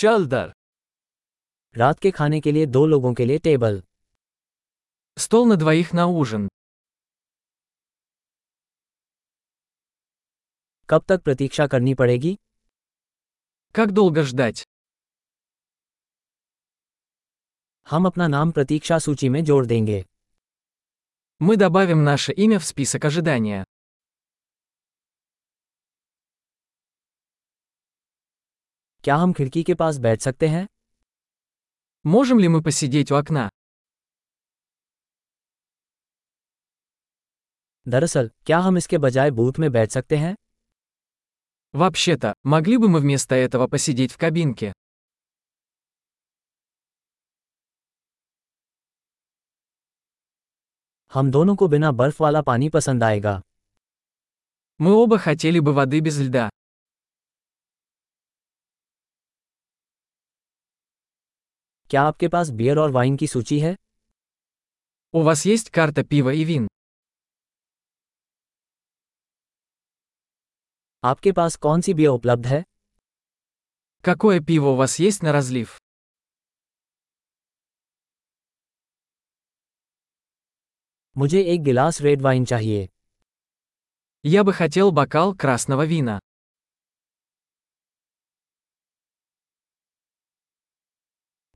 चल दर रात के खाने के लिए दो लोगों के लिए टेबल Стол на двоих на ужин. कब तक प्रतीक्षा करनी पड़ेगी Как долго ждать? हम अपना नाम प्रतीक्षा सूची में जोड़ देंगे Мы добавим наше имя в список ожидания. क्या हम खिड़की के पास बैठ सकते हैं Можем ли мы посидеть у окна? दरअसल क्या हम इसके बजाय बूथ में बैठ सकते हैं Вообще-то, могли бы мы вместо этого посидеть в кабинке? हम दोनों को बिना बर्फ वाला पानी पसंद आएगा Мы оба хотели бы воды без льда. क्या आपके पास बियर और वाइन की सूची है У вас есть карта пива и вин? आपके पास कौन सी बियर उपलब्ध है Какое пиво у вас есть на разлив? मुझे एक गिलास रेड वाइन चाहिए Я бы хотел бокал красного вина.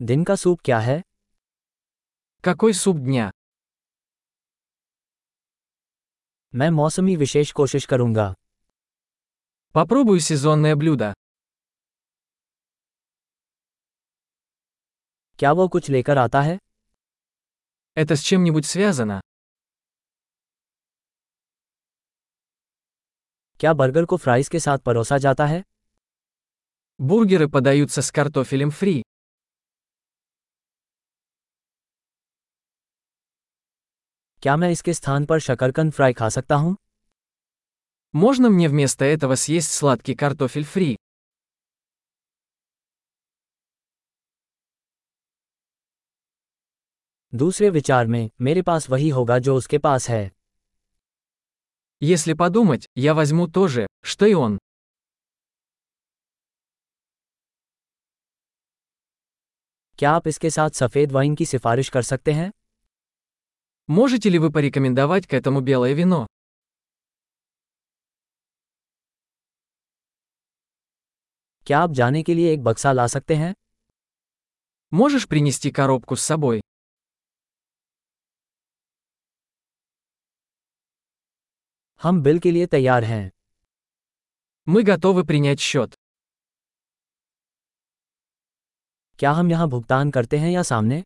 दिन का सूप क्या है Какой суп дня? मैं मौसमी विशेष कोशिश करूंगा Попробую сезонное блюдо. क्या वो कुछ लेकर आता है Это с чем-нибудь связано? क्या बर्गर को फ्राइज के साथ परोसा जाता है Бургеры подаются с картофелем фри. क्या मैं इसके स्थान पर शकरकंद फ्राई खा सकता हूँ Можно мне вместо этого съесть сладкий картофель фри? दूसरे विचार में मेरे पास वही होगा जो उसके पास है Если подумать, я возьму то же, что и он. क्या आप इसके साथ सफ़ेद वाइन की सिफारिश कर सकते हैं Можете ли вы порекомендовать к этому белое вино? क्या आप जाने के लिए एक बक्सा ला सकते हैं Можешь принести коробку с собой? हम बिल के लिए तैयार हैं Мы готовы принять счет. क्या हम यहाँ भुगतान करते हैं या सामने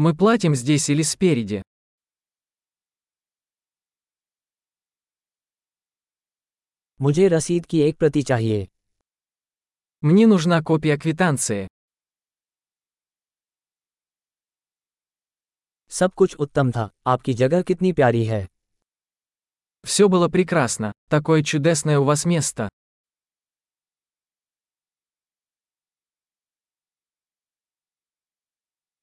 Мы платим здесь или спереди. मुझे रसीद की एक प्रति चाहिए Мне нужна копия квитанции. सब कुछ उत्तम था आपकी जगह कितनी प्यारी है Все было прекрасно. Такое чудесное у вас место.